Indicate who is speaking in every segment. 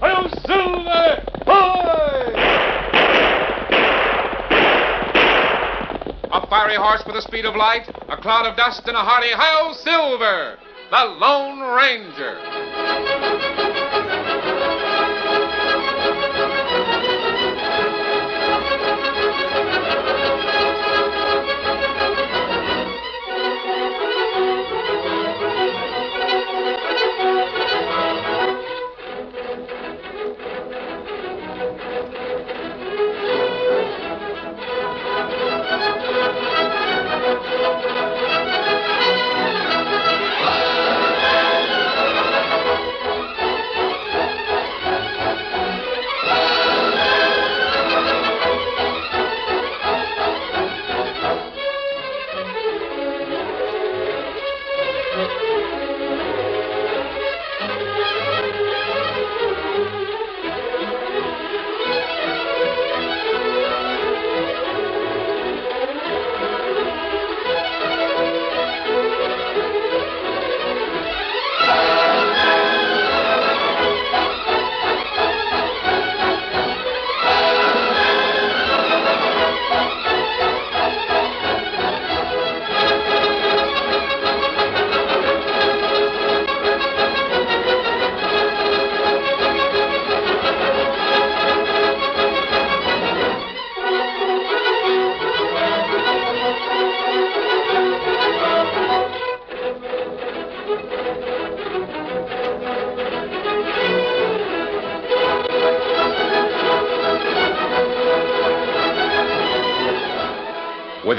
Speaker 1: Hail Silver! Hoy! A fiery horse with the speed of light, a cloud of dust, and a hearty Hail Silver! The Lone Ranger. With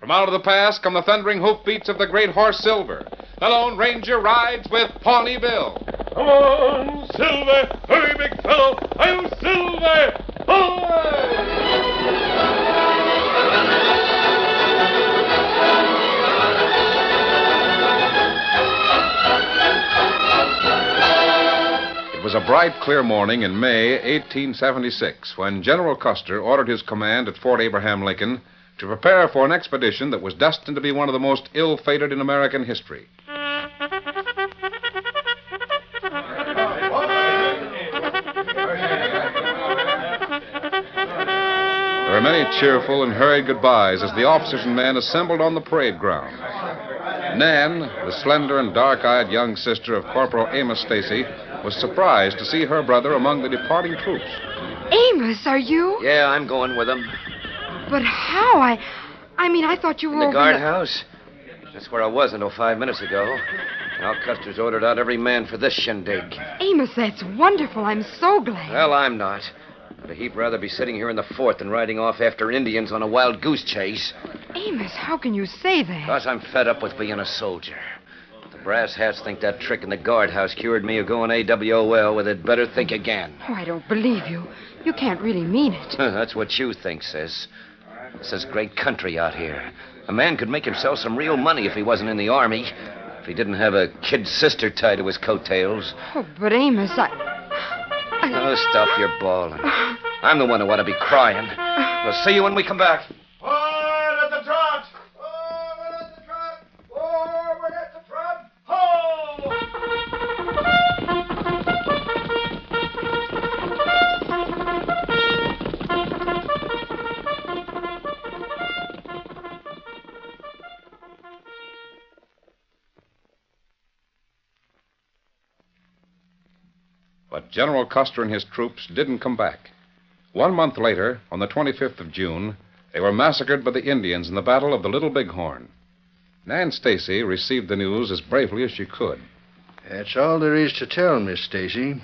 Speaker 1: From out of the past come the thundering hoofbeats of the great horse Silver. The Lone Ranger rides with Pawnee Bill. Come on, Silver! Hurry, big fellow! I'm Silver! It was a bright, clear morning in May 1876 when General Custer ordered his command at Fort Abraham Lincoln to prepare for an expedition that was destined to be one of the most ill fated in American history. There were many cheerful and hurried goodbyes as the officers and men assembled on the parade ground. Nan, the slender and dark eyed young sister of Corporal Amos Stacy, was surprised to see her brother among the departing troops.
Speaker 2: Amos, are you?
Speaker 3: Yeah, I'm going with them.
Speaker 2: But how? I I mean, I thought you were
Speaker 3: In the
Speaker 2: over
Speaker 3: guardhouse? That's where I was until five minutes ago. Now Custer's ordered out every man for this shindig.
Speaker 2: Amos, that's wonderful. I'm so glad.
Speaker 3: Well, I'm not. I'd a heap rather be sitting here in the fort than riding off after Indians on a wild goose chase.
Speaker 2: Amos, how can you say that?
Speaker 3: Because I'm fed up with being a soldier. If The brass hats think that trick in the guardhouse cured me of going AWOL, well, they'd better think again.
Speaker 2: Oh, I don't believe you. You can't really mean it.
Speaker 3: That's what you think, sis. This is great country out here. A man could make himself some real money if he wasn't in the army. If he didn't have a kid sister tied to his coattails.
Speaker 2: Oh, but Amos, I.
Speaker 3: Oh, stop your bawling. I'm the one who ought to be crying. We'll see you when we come back.
Speaker 1: Forward at the trot! Forward at the trot! Forward at the trot! Ho! But General Custer and his troops didn't come back. One month later, on the 25th of June, they were massacred by the Indians in the Battle of the Little Bighorn. Nan Stacy received the news as bravely as she could.
Speaker 4: That's all there is to tell, Miss Stacy.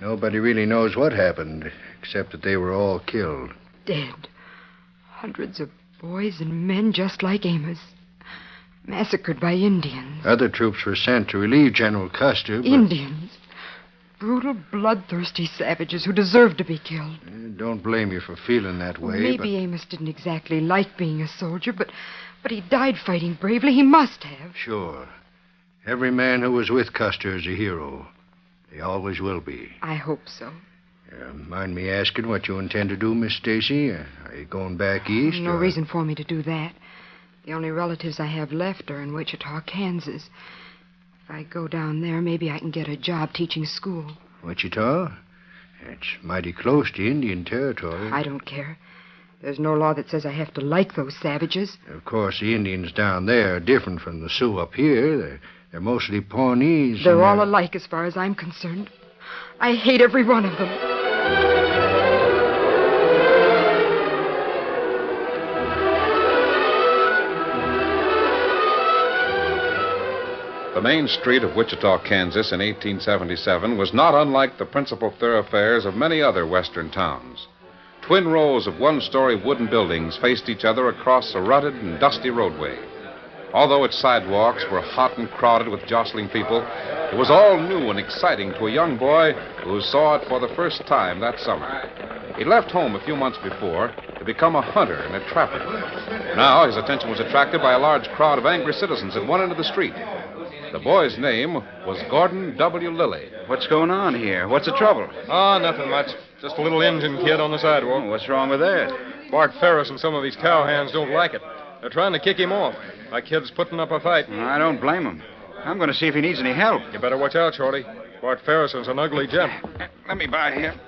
Speaker 4: Nobody really knows what happened, except that they were all killed.
Speaker 2: Dead. Hundreds of boys and men just like Amos. Massacred by Indians.
Speaker 4: Other troops were sent to relieve General Custer, but
Speaker 2: Indians. Brutal, bloodthirsty savages who deserved to be killed.
Speaker 4: eh, don't blame you for feeling that way.
Speaker 2: Maybe Amos didn't exactly like being a soldier, but but he died fighting bravely. He must have.
Speaker 4: But sure. Every man who was with Custer is a hero. They always will be.
Speaker 2: I hope so.
Speaker 4: Uh, mind me asking what you intend to do, Miss Stacy? Uh, Are you going back east?
Speaker 2: No
Speaker 4: or-
Speaker 2: reason for me to do that. The only relatives I have left are in Wichita, Kansas. If I go down there, maybe I can get a job teaching school.
Speaker 4: Wichita? It's mighty close to Indian territory.
Speaker 2: I don't care. There's no law that says I have to like those savages.
Speaker 4: Of course, the Indians down there are different from the Sioux up here. They're, they're mostly Pawnees.
Speaker 2: They're
Speaker 4: and,
Speaker 2: all
Speaker 4: uh,
Speaker 2: alike as far as I'm concerned. I hate every one of them.
Speaker 1: The main street of Wichita, Kansas in 1877 was not unlike the principal thoroughfares of many other western towns. Twin rows of one story wooden buildings faced each other across a rutted and dusty roadway. Although its sidewalks were hot and crowded with jostling people, it was all new and exciting to a young boy who saw it for the first time that summer. He left home a few months before to become a hunter and a trapper. Now his attention was attracted by a large crowd of angry citizens at one end of the street. The boy's name was Gordon W. Lilly.
Speaker 3: What's going on here? What's the trouble?
Speaker 5: Ah, nothing much. Just a little Indian kid on the sidewalk.
Speaker 3: What's wrong with that?
Speaker 5: Bart Ferris and some of these cowhands don't like it. They're trying to kick him off. My kid's putting up a fight.
Speaker 3: I don't blame him. I'm going to see if he needs any help.
Speaker 5: You better watch out, Shorty. Bart Ferrison's an ugly gent.
Speaker 3: Let me by him.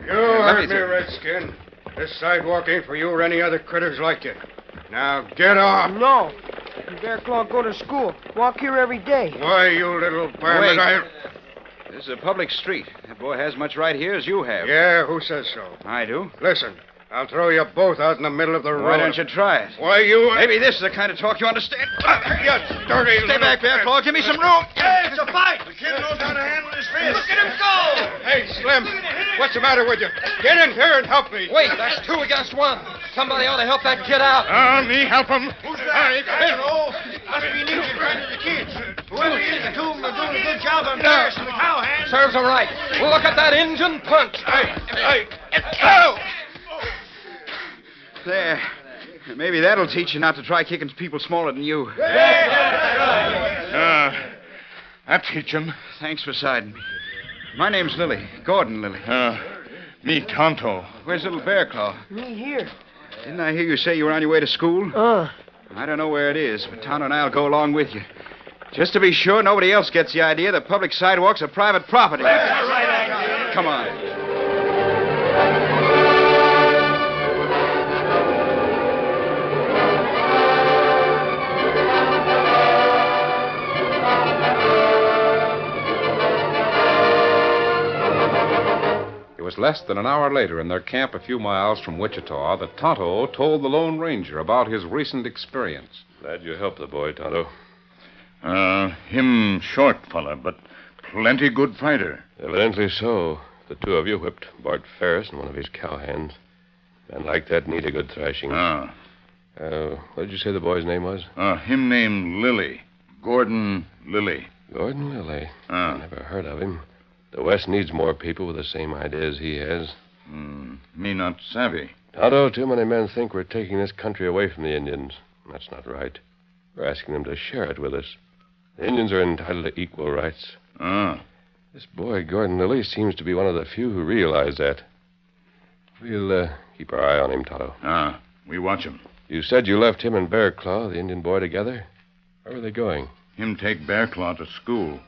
Speaker 4: You
Speaker 3: Let me
Speaker 4: heard me,
Speaker 3: through.
Speaker 4: Redskin. This sidewalk ain't for you or any other critters like you. Now get off.
Speaker 6: No. You better clock go to school. Walk here every day.
Speaker 4: Why, you little varmint.
Speaker 3: Wait.
Speaker 4: I...
Speaker 3: This is a public street. That boy has much right here as you have.
Speaker 4: Yeah, who says so?
Speaker 3: I do.
Speaker 4: Listen, I'll throw you both out in the middle of the road.
Speaker 3: Why don't you try it?
Speaker 4: Why, you.
Speaker 3: Maybe this is the kind of talk you understand.
Speaker 4: You dirty
Speaker 3: Stay
Speaker 4: little
Speaker 3: back there,
Speaker 4: pig.
Speaker 3: Paul. Give me some room. Hey, it's a fight.
Speaker 4: The kid knows how to handle his fist.
Speaker 3: Look at him go.
Speaker 4: Hey, Slim, what's the matter with you? Get in here and help me.
Speaker 3: Wait, that's two against one. Somebody ought to help that kid out.
Speaker 4: Ah, me help him. Who's
Speaker 3: that? I don't know.
Speaker 4: Must be new friend of the kids.
Speaker 3: Whoever did the tomb are doing a good job of embarrassing the cowhand. Serves them right. Look at that engine punch.
Speaker 4: Hey,
Speaker 3: There. Maybe that'll teach you not to try kicking people smaller than you.
Speaker 4: Uh, I teach him.
Speaker 3: Thanks for siding me. My name's Lily. Gordon Lily.
Speaker 4: Uh, me tonto.
Speaker 3: Where's little Bear Claw?
Speaker 6: Me here.
Speaker 3: Didn't I hear you say you were on your way to school?
Speaker 6: Uh,
Speaker 3: I don't know where it is, but Tonto and I'll go along with you. Just to be sure nobody else gets the idea that public sidewalks are private property. Come on.
Speaker 1: It was less than an hour later in their camp a few miles from Wichita that Tonto told the Lone Ranger about his recent experience.
Speaker 7: Glad you helped the boy, Tonto. Uh, him short fella, but plenty good fighter. Evidently so. The two of you whipped Bart Ferris and one of his cowhands. Men like that need a good thrashing. Ah. Uh, what did you say the boy's name was? Uh, him named Lilly. Gordon Lilly. Gordon Lilly? Ah. Never heard of him. The West needs more people with the same ideas he has. me not savvy. Tonto, too many men think we're taking this country away from the Indians. That's not right. We're asking them to share it with us. The Indians are entitled to equal rights. Ah. This boy, Gordon Lilly, seems to be one of the few who realize that. We'll uh, keep our eye on him, Tonto. Ah, we watch him. You said you left him and Bear Claw, the Indian boy, together. Where were they going? Him take Bear Claw to school.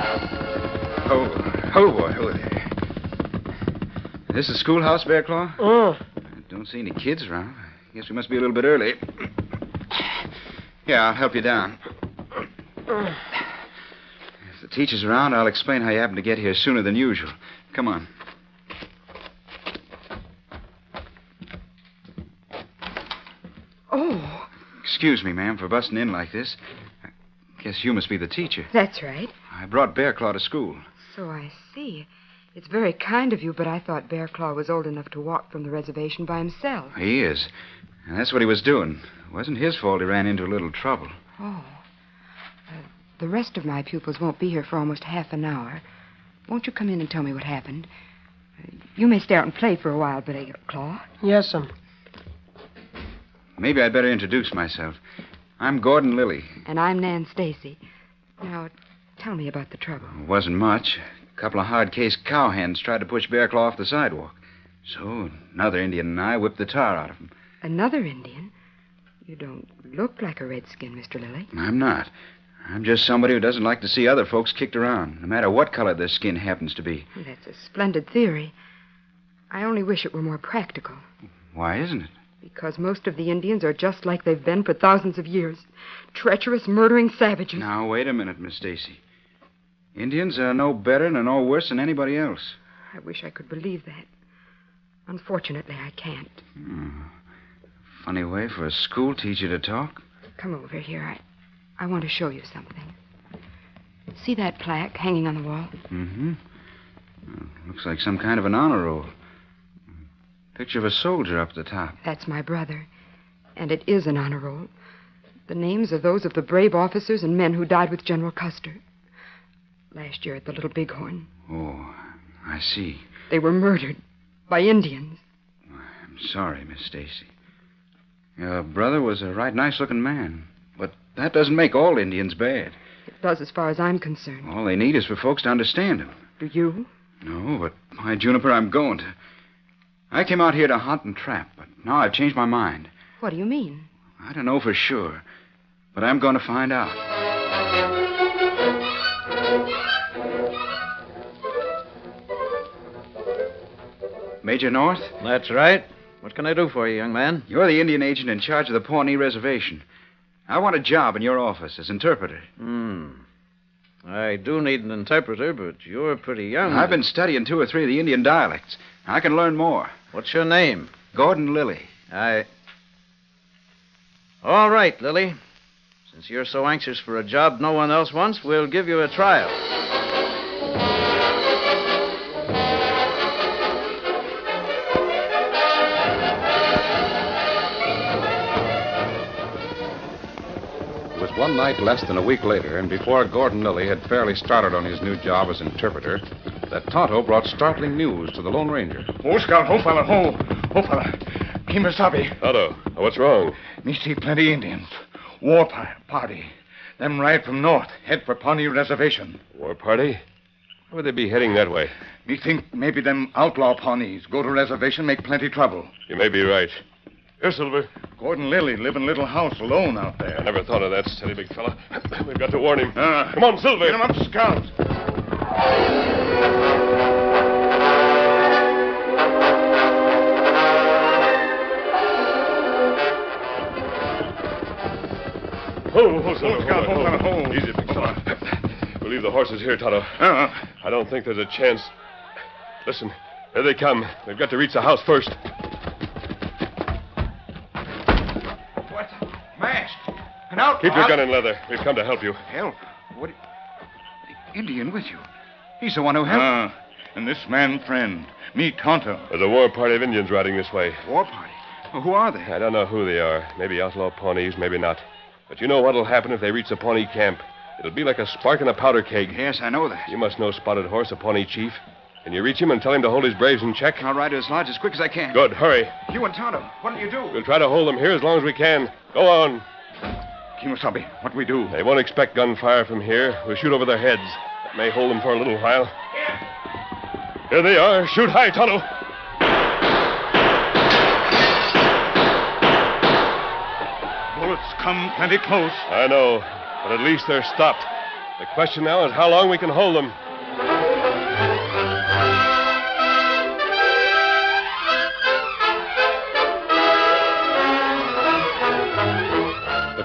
Speaker 3: Oh, oh boy, oh there. This is schoolhouse, Bear Claw?
Speaker 6: uh.
Speaker 3: Don't see any kids around. Guess we must be a little bit early. Yeah, I'll help you down. If the teacher's around, I'll explain how you happened to get here sooner than usual. Come on.
Speaker 2: Oh,
Speaker 3: Excuse me, ma'am, for busting in like this. I guess you must be the teacher.
Speaker 2: that's right.
Speaker 3: I brought Bear Claw to school.
Speaker 2: So I see. It's very kind of you, but I thought Bear Claw was old enough to walk from the reservation by himself.
Speaker 3: He is. And that's what he was doing. It wasn't his fault he ran into a little trouble.
Speaker 2: Oh. Uh, the rest of my pupils won't be here for almost half an hour. Won't you come in and tell me what happened? Uh, You may stay out and play for a while, Bear Claw.
Speaker 6: Yes, um.
Speaker 3: Maybe I'd better introduce myself. I'm Gordon Lilly.
Speaker 2: And I'm Nan Stacy. Now, tell me about the trouble.
Speaker 3: It wasn't much. A couple of hard case cowhands tried to push Bear Claw off the sidewalk. So another Indian and I whipped the tar out of him.
Speaker 2: Another Indian? You don't look like a redskin, Mr. Lilly.
Speaker 3: I'm not. I'm just somebody who doesn't like to see other folks kicked around, no matter what color their skin happens to be.
Speaker 2: That's a splendid theory. I only wish it were more practical,
Speaker 3: Why isn't it?
Speaker 2: because most of the Indians are just like they've been for thousands of years treacherous, murdering savages.
Speaker 3: Now, wait a minute, Miss Stacy. Indians are no better and no worse than anybody else.
Speaker 2: I wish I could believe that. Unfortunately, I can't.
Speaker 3: Hmm. Funny way for a school teacher to talk.
Speaker 2: Come over here. I, I want to show you something. See that plaque hanging on the wall?
Speaker 3: Mm-hmm. Uh, Looks like some kind of an honor roll. Picture of a soldier up the top.
Speaker 2: That's my brother. And it is an honor roll. The names are those of the brave officers and men who died with General Custer last year at the Little Bighorn.
Speaker 3: Oh, I see.
Speaker 2: They were murdered by Indians.
Speaker 3: I'm sorry, Miss Stacy. Your brother was a right nice-looking man, but that doesn't make all Indians bad.
Speaker 2: It does, as far as I'm concerned.
Speaker 3: All they need is for folks to understand them.
Speaker 2: Do you?
Speaker 3: No, but my Juniper, I'm going to. I came out here to hunt and trap, but now I've changed my mind.
Speaker 2: What do you mean?
Speaker 3: I don't know for sure, but I'm going to find out. Major North?
Speaker 8: That's right. What can I do for you, young man?
Speaker 3: You're the Indian agent in charge of the Pawnee Reservation. I want a job in your office as interpreter.
Speaker 8: Hmm. I do need an interpreter, but you're pretty young.
Speaker 3: I've been studying two or three of the Indian dialects. I can learn more.
Speaker 8: What's your name?
Speaker 3: Gordon Lilly.
Speaker 8: I. All right, Lily. Since you're so anxious for a job no one else wants, we'll give you a trial.
Speaker 1: It was one night less than a week later, and before Gordon Lilly had fairly started on his new job as interpreter, that Tonto brought startling news to the Lone Ranger.
Speaker 9: Oh, Scout, ho, fella, ho. Ho, fella. Kemosabe.
Speaker 7: Otto, what's wrong?
Speaker 9: Me see plenty Indians. War pi- party. Them ride from north, head for Pawnee Reservation.
Speaker 7: War party? Why would they be heading that way?
Speaker 9: Me think maybe them outlaw Pawnees go to reservation, make plenty trouble.
Speaker 7: You may be right.
Speaker 9: Here, Silver. Gordon Lilly live in little house alone out there.
Speaker 7: I never thought of that, silly big fella. We've got to warn him.
Speaker 9: Ah.
Speaker 7: Come on, Silver.
Speaker 9: Get him up, Scout.
Speaker 7: Ho, ho, Silver.
Speaker 9: Ho, Scout,
Speaker 7: ho,
Speaker 9: ho,
Speaker 7: ho.
Speaker 9: ho.
Speaker 7: Easy, big fella. We'll leave the horses here, Tonto.
Speaker 9: Ah.
Speaker 7: I don't think there's a chance. Listen, here they come. They've got to reach the house first.
Speaker 9: What? Masked. An outlaw.
Speaker 7: Keep your gun in leather. We've come to help you.
Speaker 9: Help. What?
Speaker 3: The Indian with you. He's the one who helped.
Speaker 9: Ah, and this man friend, me Tonto.
Speaker 7: There's a war party of Indians riding this way.
Speaker 3: War party. Well, who are they?
Speaker 7: I don't know who they are. Maybe outlaw Pawnees, maybe not. But you know what'll happen if they reach the Pawnee camp. It'll be like a spark in a powder keg.
Speaker 3: Yes, I know that.
Speaker 7: You must know Spotted Horse, a Pawnee chief. Can you reach him and tell him to hold his braves in check?
Speaker 3: I'll ride to his lodge as quick as I can.
Speaker 7: Good, hurry.
Speaker 3: You and Tonto, what do you do?
Speaker 7: We'll try to hold them here as long as we can. Go on.
Speaker 9: Kimosabe, what we do?
Speaker 7: They won't expect gunfire from here. We'll shoot over their heads. That may hold them for a little while. Here they are. Shoot high, Tonto.
Speaker 9: Bullets come plenty close.
Speaker 7: I know, but at least they're stopped. The question now is how long we can hold them.
Speaker 1: The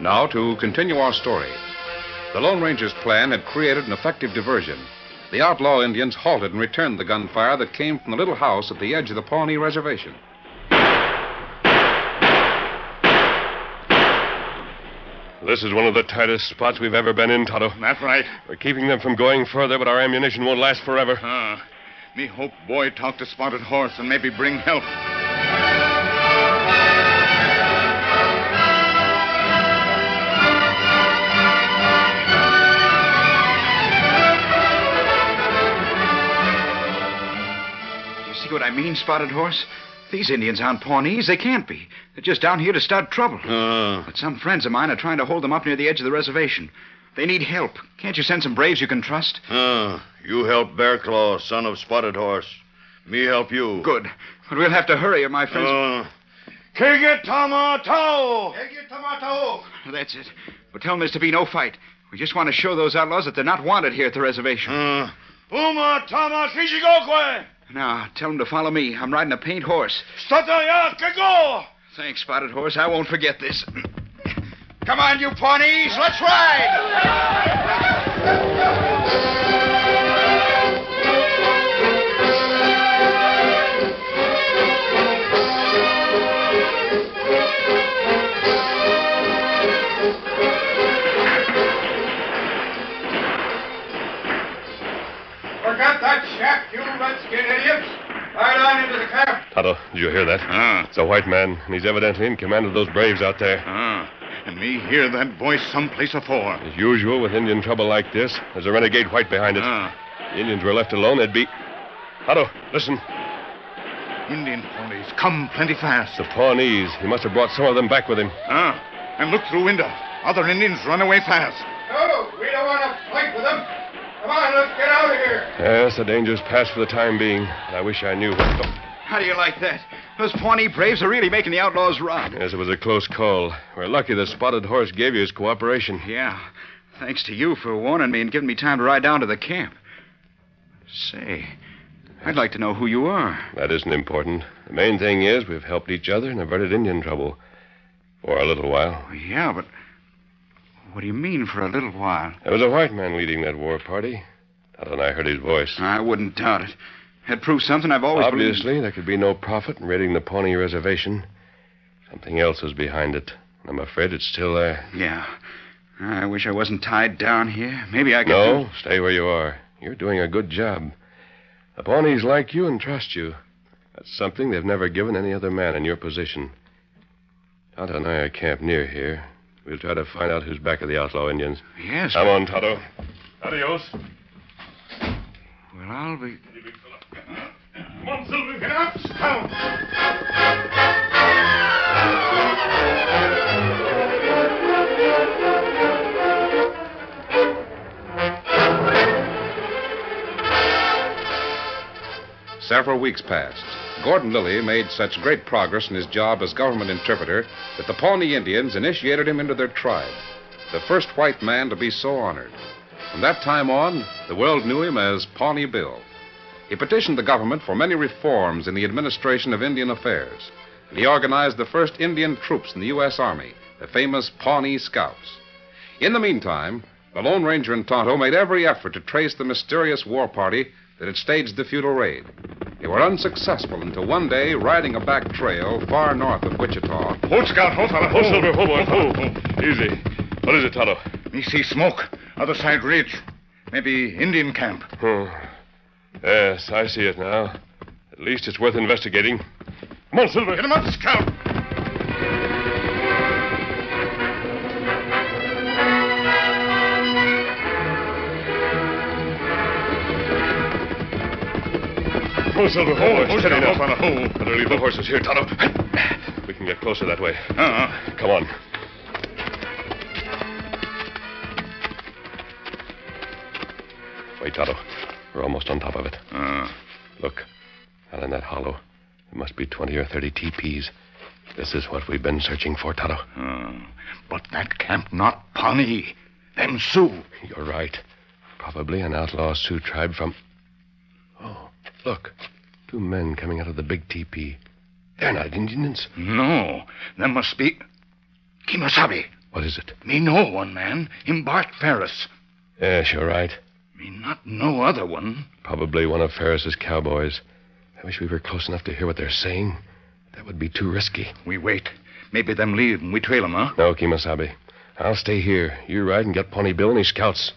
Speaker 1: Now, to continue our story. The Lone Ranger's plan had created an effective diversion. The outlaw Indians halted and returned the gunfire that came from the little house at the edge of the Pawnee reservation.
Speaker 7: This is one of the tightest spots we've ever been in, Toto. That's right. We're keeping them from going further, but our ammunition won't last forever.
Speaker 9: Ah, me hope boy talk to Spotted Horse and maybe bring help.
Speaker 3: You see what I mean, Spotted Horse? These Indians aren't Pawnees. They can't be. They're just down here to start trouble. But some friends of mine are trying to hold them up near the edge of the reservation. They need help. Can't you send some braves you can trust?
Speaker 10: Uh, you help Bear Claw, son of Spotted Horse. Me help you.
Speaker 3: Good. But we'll have to hurry, or my friends.
Speaker 9: Oh. Kigatamato!
Speaker 3: That's it. But tell them there's to be no fight. We just want to show those outlaws that they're not wanted here at the reservation.
Speaker 9: Oh. Uma Tama Kishigokwe!
Speaker 3: Now, tell them to follow me. I'm riding a paint horse.
Speaker 9: Sataya Kago!
Speaker 3: Thanks, Spotted Horse. I won't forget this.
Speaker 9: Come on, you Pawnees, let's ride!
Speaker 11: Forgot that shack, you redskin idiots. Right on into the camp.
Speaker 7: Toto, did you hear that?
Speaker 3: Uh-huh.
Speaker 7: It's a white man, and he's evidently in command of those braves out there.
Speaker 9: and me hear that voice someplace afore.
Speaker 7: As usual, with Indian trouble like this, there's a renegade white behind it. The Indians were left alone, they'd be. Toto, listen.
Speaker 9: Indian ponies, come plenty fast.
Speaker 7: The Pawnees. He must have brought some of them back with him.
Speaker 9: Ah, and look through window. Other Indians run away fast.
Speaker 11: No, we don't want to fight with them. Come on, let's get out of here.
Speaker 7: Yes, the danger's past for the time being. and I wish I knew what. The...
Speaker 3: How do you like that? Those Pawnee braves are really making the outlaws run.
Speaker 7: Yes, it was a close call. We're lucky the spotted horse gave you his cooperation.
Speaker 3: Yeah. Thanks to you for warning me and giving me time to ride down to the camp. Say, I'd like to know who you are.
Speaker 7: That isn't important. The main thing is we've helped each other and averted Indian trouble. For a little while.
Speaker 3: Yeah, but what do you mean for a little while?
Speaker 7: There was a white man leading that war party. Not and I heard his voice.
Speaker 3: I wouldn't doubt it. It proves something I've always believed.
Speaker 7: Obviously, there could be no profit in raiding the Pawnee Reservation. Something else was behind it. I'm afraid it's still there.
Speaker 3: Yeah. I wish I wasn't tied down here. Maybe I could.
Speaker 7: No, stay where you are. You're doing a good job. The Pawnees like you and trust you. That's something they've never given any other man in your position. Tonto and I are camped near here. We'll try to find out who's back of the outlaw Indians.
Speaker 3: Yes.
Speaker 7: Come on, Tonto.
Speaker 3: Adios. Well, I'll be.
Speaker 11: Come on, Silver, get out.
Speaker 1: Several weeks passed. Gordon Lilly made such great progress in his job as government interpreter that the Pawnee Indians initiated him into their tribe, the first white man to be so honored. From that time on, the world knew him as Pawnee Bill. He petitioned the government for many reforms in the administration of Indian affairs, and he organized the first Indian troops in the U.S. Army, the famous Pawnee Scouts. In the meantime, the Lone Ranger and Tonto made every effort to trace the mysterious war party that had staged the feudal raid. They were unsuccessful until one day, riding a back trail far north of Wichita.
Speaker 9: Hold, Scout, hold, fella.
Speaker 7: Hold, Silver, hold, boy, hold. Easy. What is it, Tonto?
Speaker 9: Me see smoke. Other side ridge. Maybe Indian camp.
Speaker 7: Hmm. Yes, I see it now. At least it's worth investigating. Come on, Silver. Get him up, Scout. Oh, Silver, hold
Speaker 9: Oh,
Speaker 7: it.
Speaker 9: oh,
Speaker 7: Steady
Speaker 9: Scout,
Speaker 7: now. Better leave the horses here, Tonto. We can get closer that way.
Speaker 9: Uh-uh.
Speaker 7: Come on. Wait, Tonto. We're almost on top of it. uh. Look, out in that hollow, there must be 20 or 30 teepees. This is what we've been searching for, Tonto.
Speaker 9: But that camp not Pawnee. Them Sioux.
Speaker 7: You're right. Probably an outlaw Sioux tribe from. Oh, look. Two men coming out of the big teepee. They're not Indians.
Speaker 9: No. Them must be Kimasabi.
Speaker 7: What is it?
Speaker 9: Me know one man, him Bart Ferris.
Speaker 7: Yes, you're right.
Speaker 9: Me not no other one.
Speaker 7: Probably one of Ferris's cowboys. I wish we were close enough to hear what they're saying. That would be too risky.
Speaker 9: We wait. Maybe them leave and we trail them, huh?
Speaker 7: No, Kimasabi. I'll stay here. You ride and get Pawnee Bill and his scouts.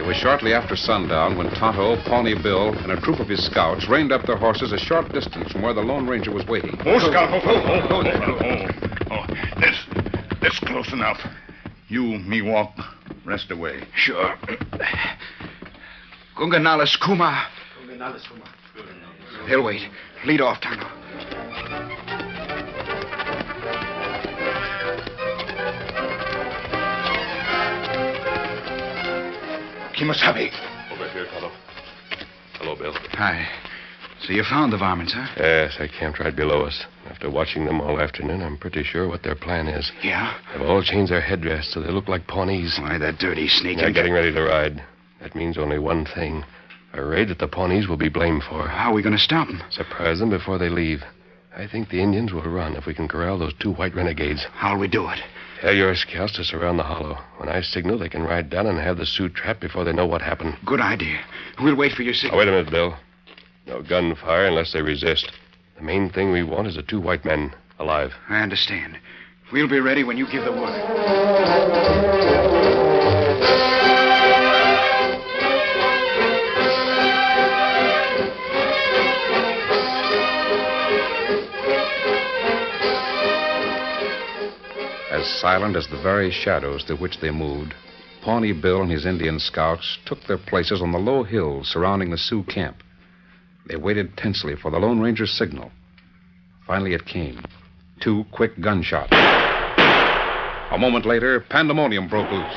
Speaker 1: It was shortly after sundown when Tonto, Pawnee Bill, and a troop of his scouts reined up their horses a short distance from where the Lone Ranger was waiting.
Speaker 9: Oh, Scout. Oh, oh, oh, oh, oh, oh. This, this close enough. You, me walk, rest away. Sure.
Speaker 3: Gunganales Kuma. They'll wait. Lead off, Tonto.
Speaker 9: Kimasabi.
Speaker 7: Over here, Tonto. Hello, Bill.
Speaker 3: Hi. So you found the varmints, huh?
Speaker 7: Yes, I camped right below us. After watching them all afternoon, I'm pretty sure what their plan is.
Speaker 3: Yeah.
Speaker 7: They've all changed their headdress so they look like Pawnees.
Speaker 3: Why, that dirty sneak.
Speaker 7: They're getting ready to ride. That means only one thing a raid that the Pawnees will be blamed for.
Speaker 3: How are we going to stop them?
Speaker 7: Surprise them before they leave. I think the Indians will run if we can corral those two white renegades.
Speaker 3: How'll we do it?
Speaker 7: Tell your scouts to surround the hollow. When I signal, they can ride down and have the Sioux trapped before they know what happened.
Speaker 3: Good idea. We'll wait for your
Speaker 7: Now,
Speaker 3: signal.
Speaker 7: wait a minute, Bill. No gunfire unless they resist. The main thing we want is the two white men alive.
Speaker 3: I understand. We'll be ready when you give the word.
Speaker 1: As silent as the very shadows through which they moved, Pawnee Bill and his Indian scouts took their places on the low hills surrounding the Sioux camp. They waited tensely for the Lone Ranger's signal. Finally, it came two quick gunshots. A moment later, pandemonium broke loose.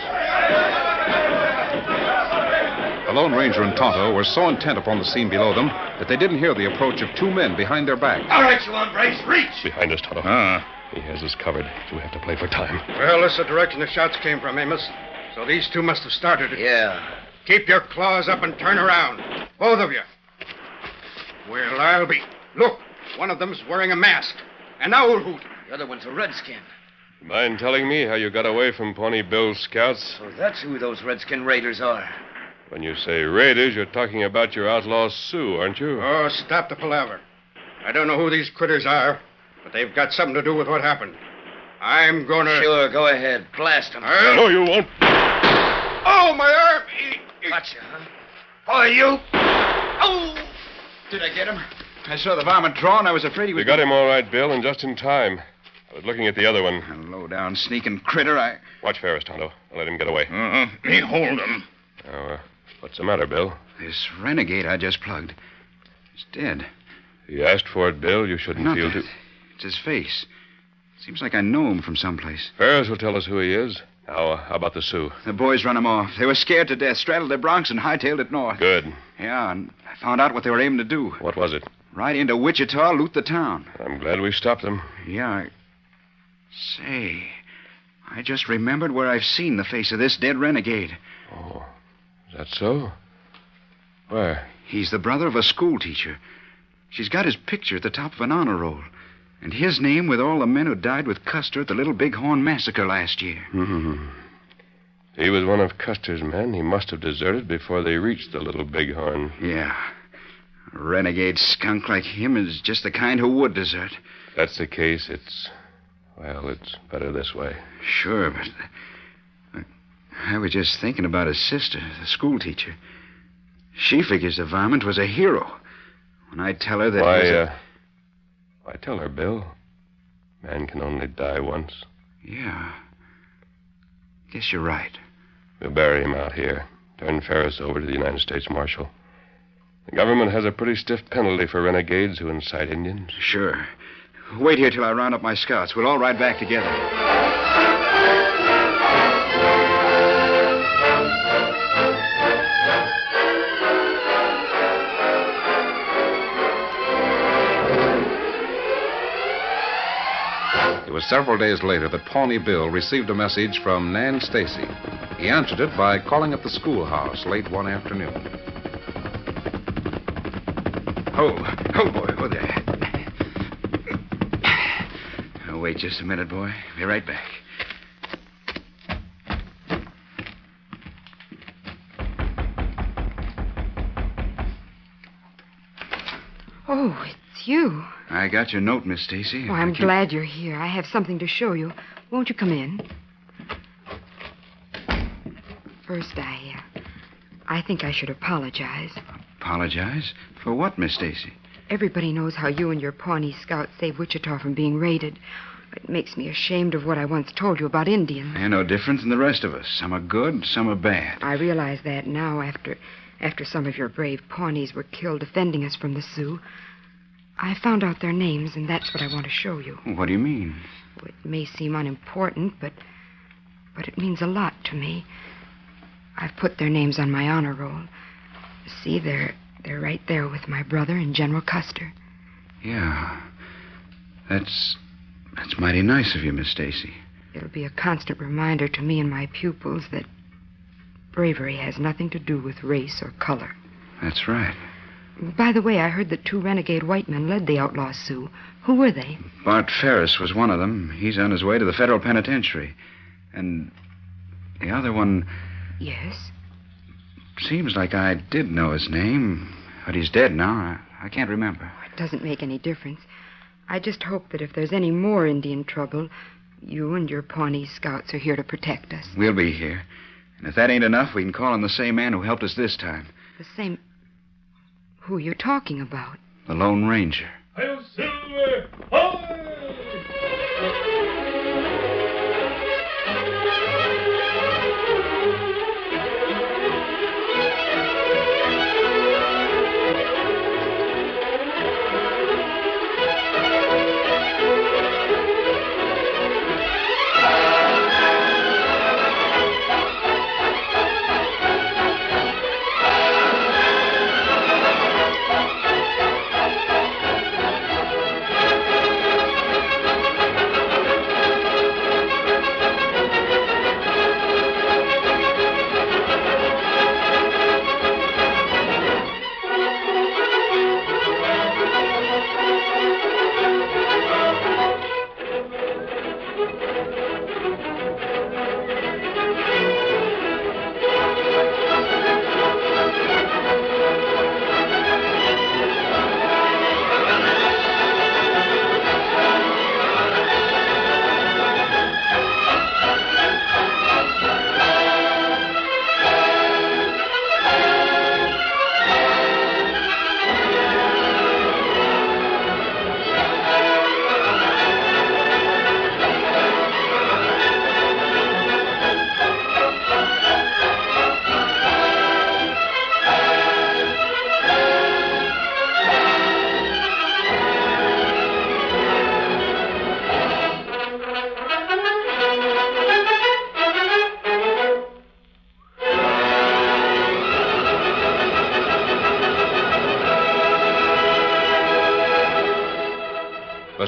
Speaker 1: The Lone Ranger and Tonto were so intent upon the scene below them that they didn't hear the approach of two men behind their backs.
Speaker 11: All right, you hombres, reach!
Speaker 7: Behind us, Tonto. Ah. He has us covered, so we have to play for time.
Speaker 12: Well, that's the direction the shots came from, Amos. So these two must have started it.
Speaker 13: Yeah.
Speaker 12: Keep your claws up and turn around. Both of you. Well, I'll be. Look, one of them's wearing a mask. An owl hoot.
Speaker 13: The other one's a redskin.
Speaker 7: Mind telling me how you got away from Pawnee Bill's scouts?
Speaker 13: So Oh, that's who those redskin raiders are.
Speaker 7: When you say raiders, you're talking about your outlaw Sioux, aren't you?
Speaker 12: Oh, stop the palaver. I don't know who these critters are, but they've got something to do with what happened. I'm gonna.
Speaker 13: Sure, go ahead. Blast them.
Speaker 7: No, you won't.
Speaker 12: Oh, my arm!
Speaker 13: Gotcha, huh?
Speaker 3: Boy, you.
Speaker 13: Oh!
Speaker 3: Did I get him? I saw the varmint draw, and I was afraid he
Speaker 7: You
Speaker 3: was.
Speaker 7: got him all right, Bill, and just in time. I was looking at the other one.
Speaker 3: Low down, sneaking critter. I.
Speaker 7: Watch Ferris, Tonto. I'll let him get away.
Speaker 3: Mm-hmm.
Speaker 9: Uh-uh. Me hold him.
Speaker 7: Now, uh, what's the matter, Bill?
Speaker 3: This renegade I just plugged. He's dead.
Speaker 7: You asked for it, Bill. You shouldn't
Speaker 3: Not
Speaker 7: feel
Speaker 3: that.
Speaker 7: too.
Speaker 3: It's his face. Seems like I know him from someplace.
Speaker 7: Ferris will tell us who he is. Now, uh, how about the Sioux?
Speaker 3: The boys run him off. They were scared to death, straddled the Bronx, and hightailed it north.
Speaker 7: Good.
Speaker 3: Yeah, and I found out what they were aiming to do.
Speaker 7: What was it?
Speaker 3: Right into Wichita, loot the town.
Speaker 7: I'm glad we stopped them.
Speaker 3: Yeah. I... Say, I just remembered where I've seen the face of this dead renegade.
Speaker 7: Oh, is that so? Where?
Speaker 3: He's the brother of a schoolteacher. She's got his picture at the top of an honor roll, and his name with all the men who died with Custer at the Little Bighorn Massacre last year.
Speaker 7: Hmm. He was one of Custer's men. He must have deserted before they reached the little bighorn.
Speaker 3: Yeah. A renegade skunk like him is just the kind who would desert.
Speaker 7: If that's the case, it's. Well, it's better this way.
Speaker 3: Sure, but I was just thinking about his sister, the schoolteacher. She figures the varmint was a hero. When I tell her that he
Speaker 7: Why,
Speaker 3: was a-
Speaker 7: uh. Why tell her, Bill? Man can only die once.
Speaker 3: Yeah. Guess you're right.
Speaker 7: We'll bury him out here. Turn Ferris over to the United States Marshal. The government has a pretty stiff penalty for renegades who incite Indians.
Speaker 3: Sure. Wait here till I round up my scouts. We'll all ride back together.
Speaker 1: It was several days later that Pawnee Bill received a message from Nan Stacy. He answered it by calling at the schoolhouse late one afternoon.
Speaker 3: Oh, oh, boy, oh, there. Oh, wait just a minute, boy. Be right back.
Speaker 2: Oh, it's you.
Speaker 3: I got your note, Miss Stacy.
Speaker 2: Oh, I'm glad you're here. I have something to show you. Won't you come in? First, I, uh, I think I should apologize.
Speaker 3: Apologize? For what, Miss Stacy?
Speaker 2: Everybody knows how you and your Pawnee scouts saved Wichita from being raided. It makes me ashamed of what I once told you about Indians.
Speaker 3: They're no different than the rest of us. Some are good, some are bad.
Speaker 2: I realize that now after after some of your brave Pawnees were killed defending us from the Sioux. I found out their names, and that's what I want to show you.
Speaker 3: What do you mean?
Speaker 2: It may seem unimportant, but but it means a lot to me. I've put their names on my honor roll. See, they're they're right there with my brother and General Custer.
Speaker 3: Yeah. That's that's mighty nice of you, Miss Stacy.
Speaker 2: It'll be a constant reminder to me and my pupils that bravery has nothing to do with race or color.
Speaker 3: That's right.
Speaker 2: By the way, I heard that two renegade white men led the outlaw Sioux. Who were they?
Speaker 3: Bart Ferris was one of them. He's on his way to the federal penitentiary. And the other one
Speaker 2: Yes.
Speaker 3: seems like I did know his name, but he's dead now. I, I can't remember.
Speaker 2: It doesn't make any difference. I just hope that if there's any more Indian trouble, you and your Pawnee scouts are here to protect us.
Speaker 3: We'll be here. And if that ain't enough, we can call on the same man who helped us this time
Speaker 2: The same. Who are you talking about?
Speaker 3: the Lone Ranger.
Speaker 11: Hail Silver! Ho!
Speaker 1: The